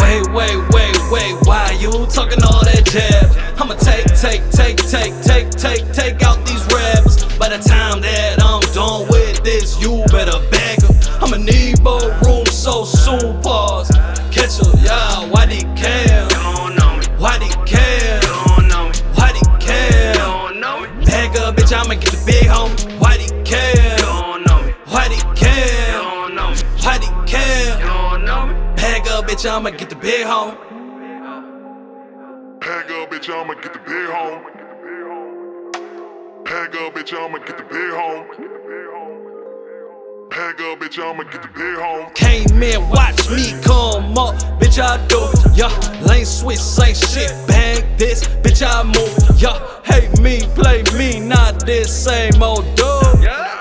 wait, wait, wait, why you talking all that jab? I'ma take, take, take, take, take, take, take out these raps. By the time that I'm done with this, you better back up. I'ma need more room so soon, pause. Catch up, yeah, why they care? Why they care? Why they care? Back up, bitch, I'ma get the big homie. Why they care? Why they care? Why they care? Pack up, bitch, I'ma get the big home. Pack up, bitch, I'ma get the big home. Pack up, bitch, I'ma get the big home. Pack up, bitch, I'ma get the big home. Came in, watch me come up, bitch, I do it. Yeah, lane switch, same shit. Bang this, bitch, I move it. Yeah, hate me, play me, not this same old dude.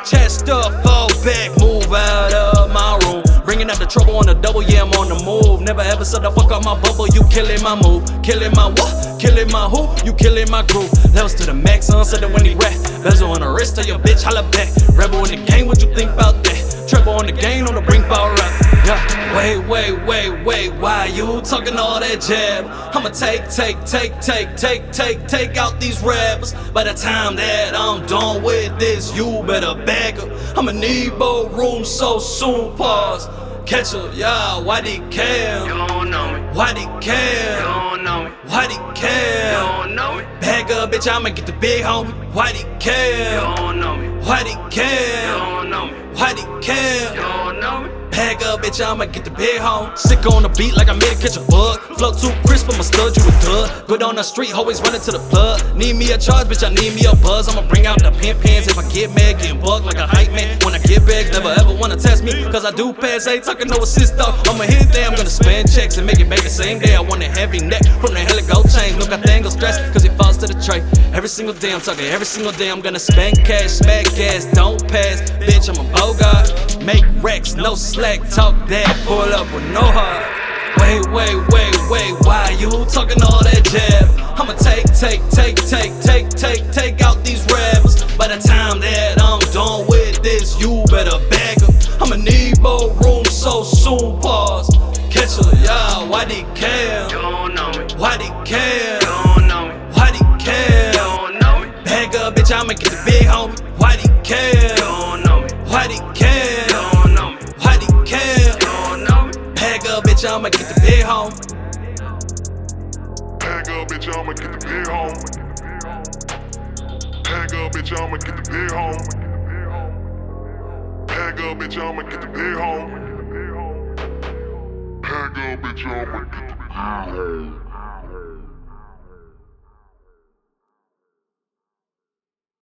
Chest up, fall back, move out of my room. Bringing out the trouble on the double, yeah, I'm on the move. Never ever said the fuck up my bubble, you killing my move. Killing my what? Killing my who? You killing my groove. Levels to the max, son, said that when he rap. Bezel on the wrist, tell your bitch, holla back. Rebel in the game, what you think about that? Treble on the game, on the brink, bow rap. Yeah, wait, wait, wait, wait, why you talking all that jab? I'ma take, take, take, take, take, take, take out these rappers. By the time that I'm done with this, you better back up. I'ma need more room so soon, pause. Catch up, yeah, why they care? Why they care? Why they care? Back up, bitch, I'ma get the big homie. Why they care? Why they care? Why they care? Pack up, bitch, I'ma get the big home. Sick on the beat like I made it catch a bug. Flow too crisp, I'ma stud you a dud. Good on the street, always running to the plug. Need me a charge, bitch, I need me a buzz. I'ma bring out the pimp pants if I get mad, getting bugged like a hype man. When I get back, never ever wanna test me, cause I do pass, ain't talking no assist though. I'ma hit there, I'm gonna spend checks and make it back the same day. I want a heavy neck from the helico chain. Look, I dangle stress, cause it falls to the tray. Every single day, I'm talking every single day, I'm gonna spend cash, smack ass, don't pass. Bitch, I'm a bogart. Make racks, no slack, talk that, pull up with no heart. Wait, wait, wait, wait, why you talking all that jab? I'ma take, take, take, take, take, take, take out these rappers. By the time that I'm done with this, you better back up. I'ma need more room so soon, pause. Catch up, yeah, why they care? Why they care? Why they care? Back up, bitch, I'ma get the big homie. Why they care? Why they care? Why they care? Pack up, bitch, I'ma get the big home. Pack up, bitch, I'ma get the big home. Pack up, bitch, I'ma get the big home. Pack up, bitch, I'ma get the big home. Pack up, bitch, I'ma get the big home.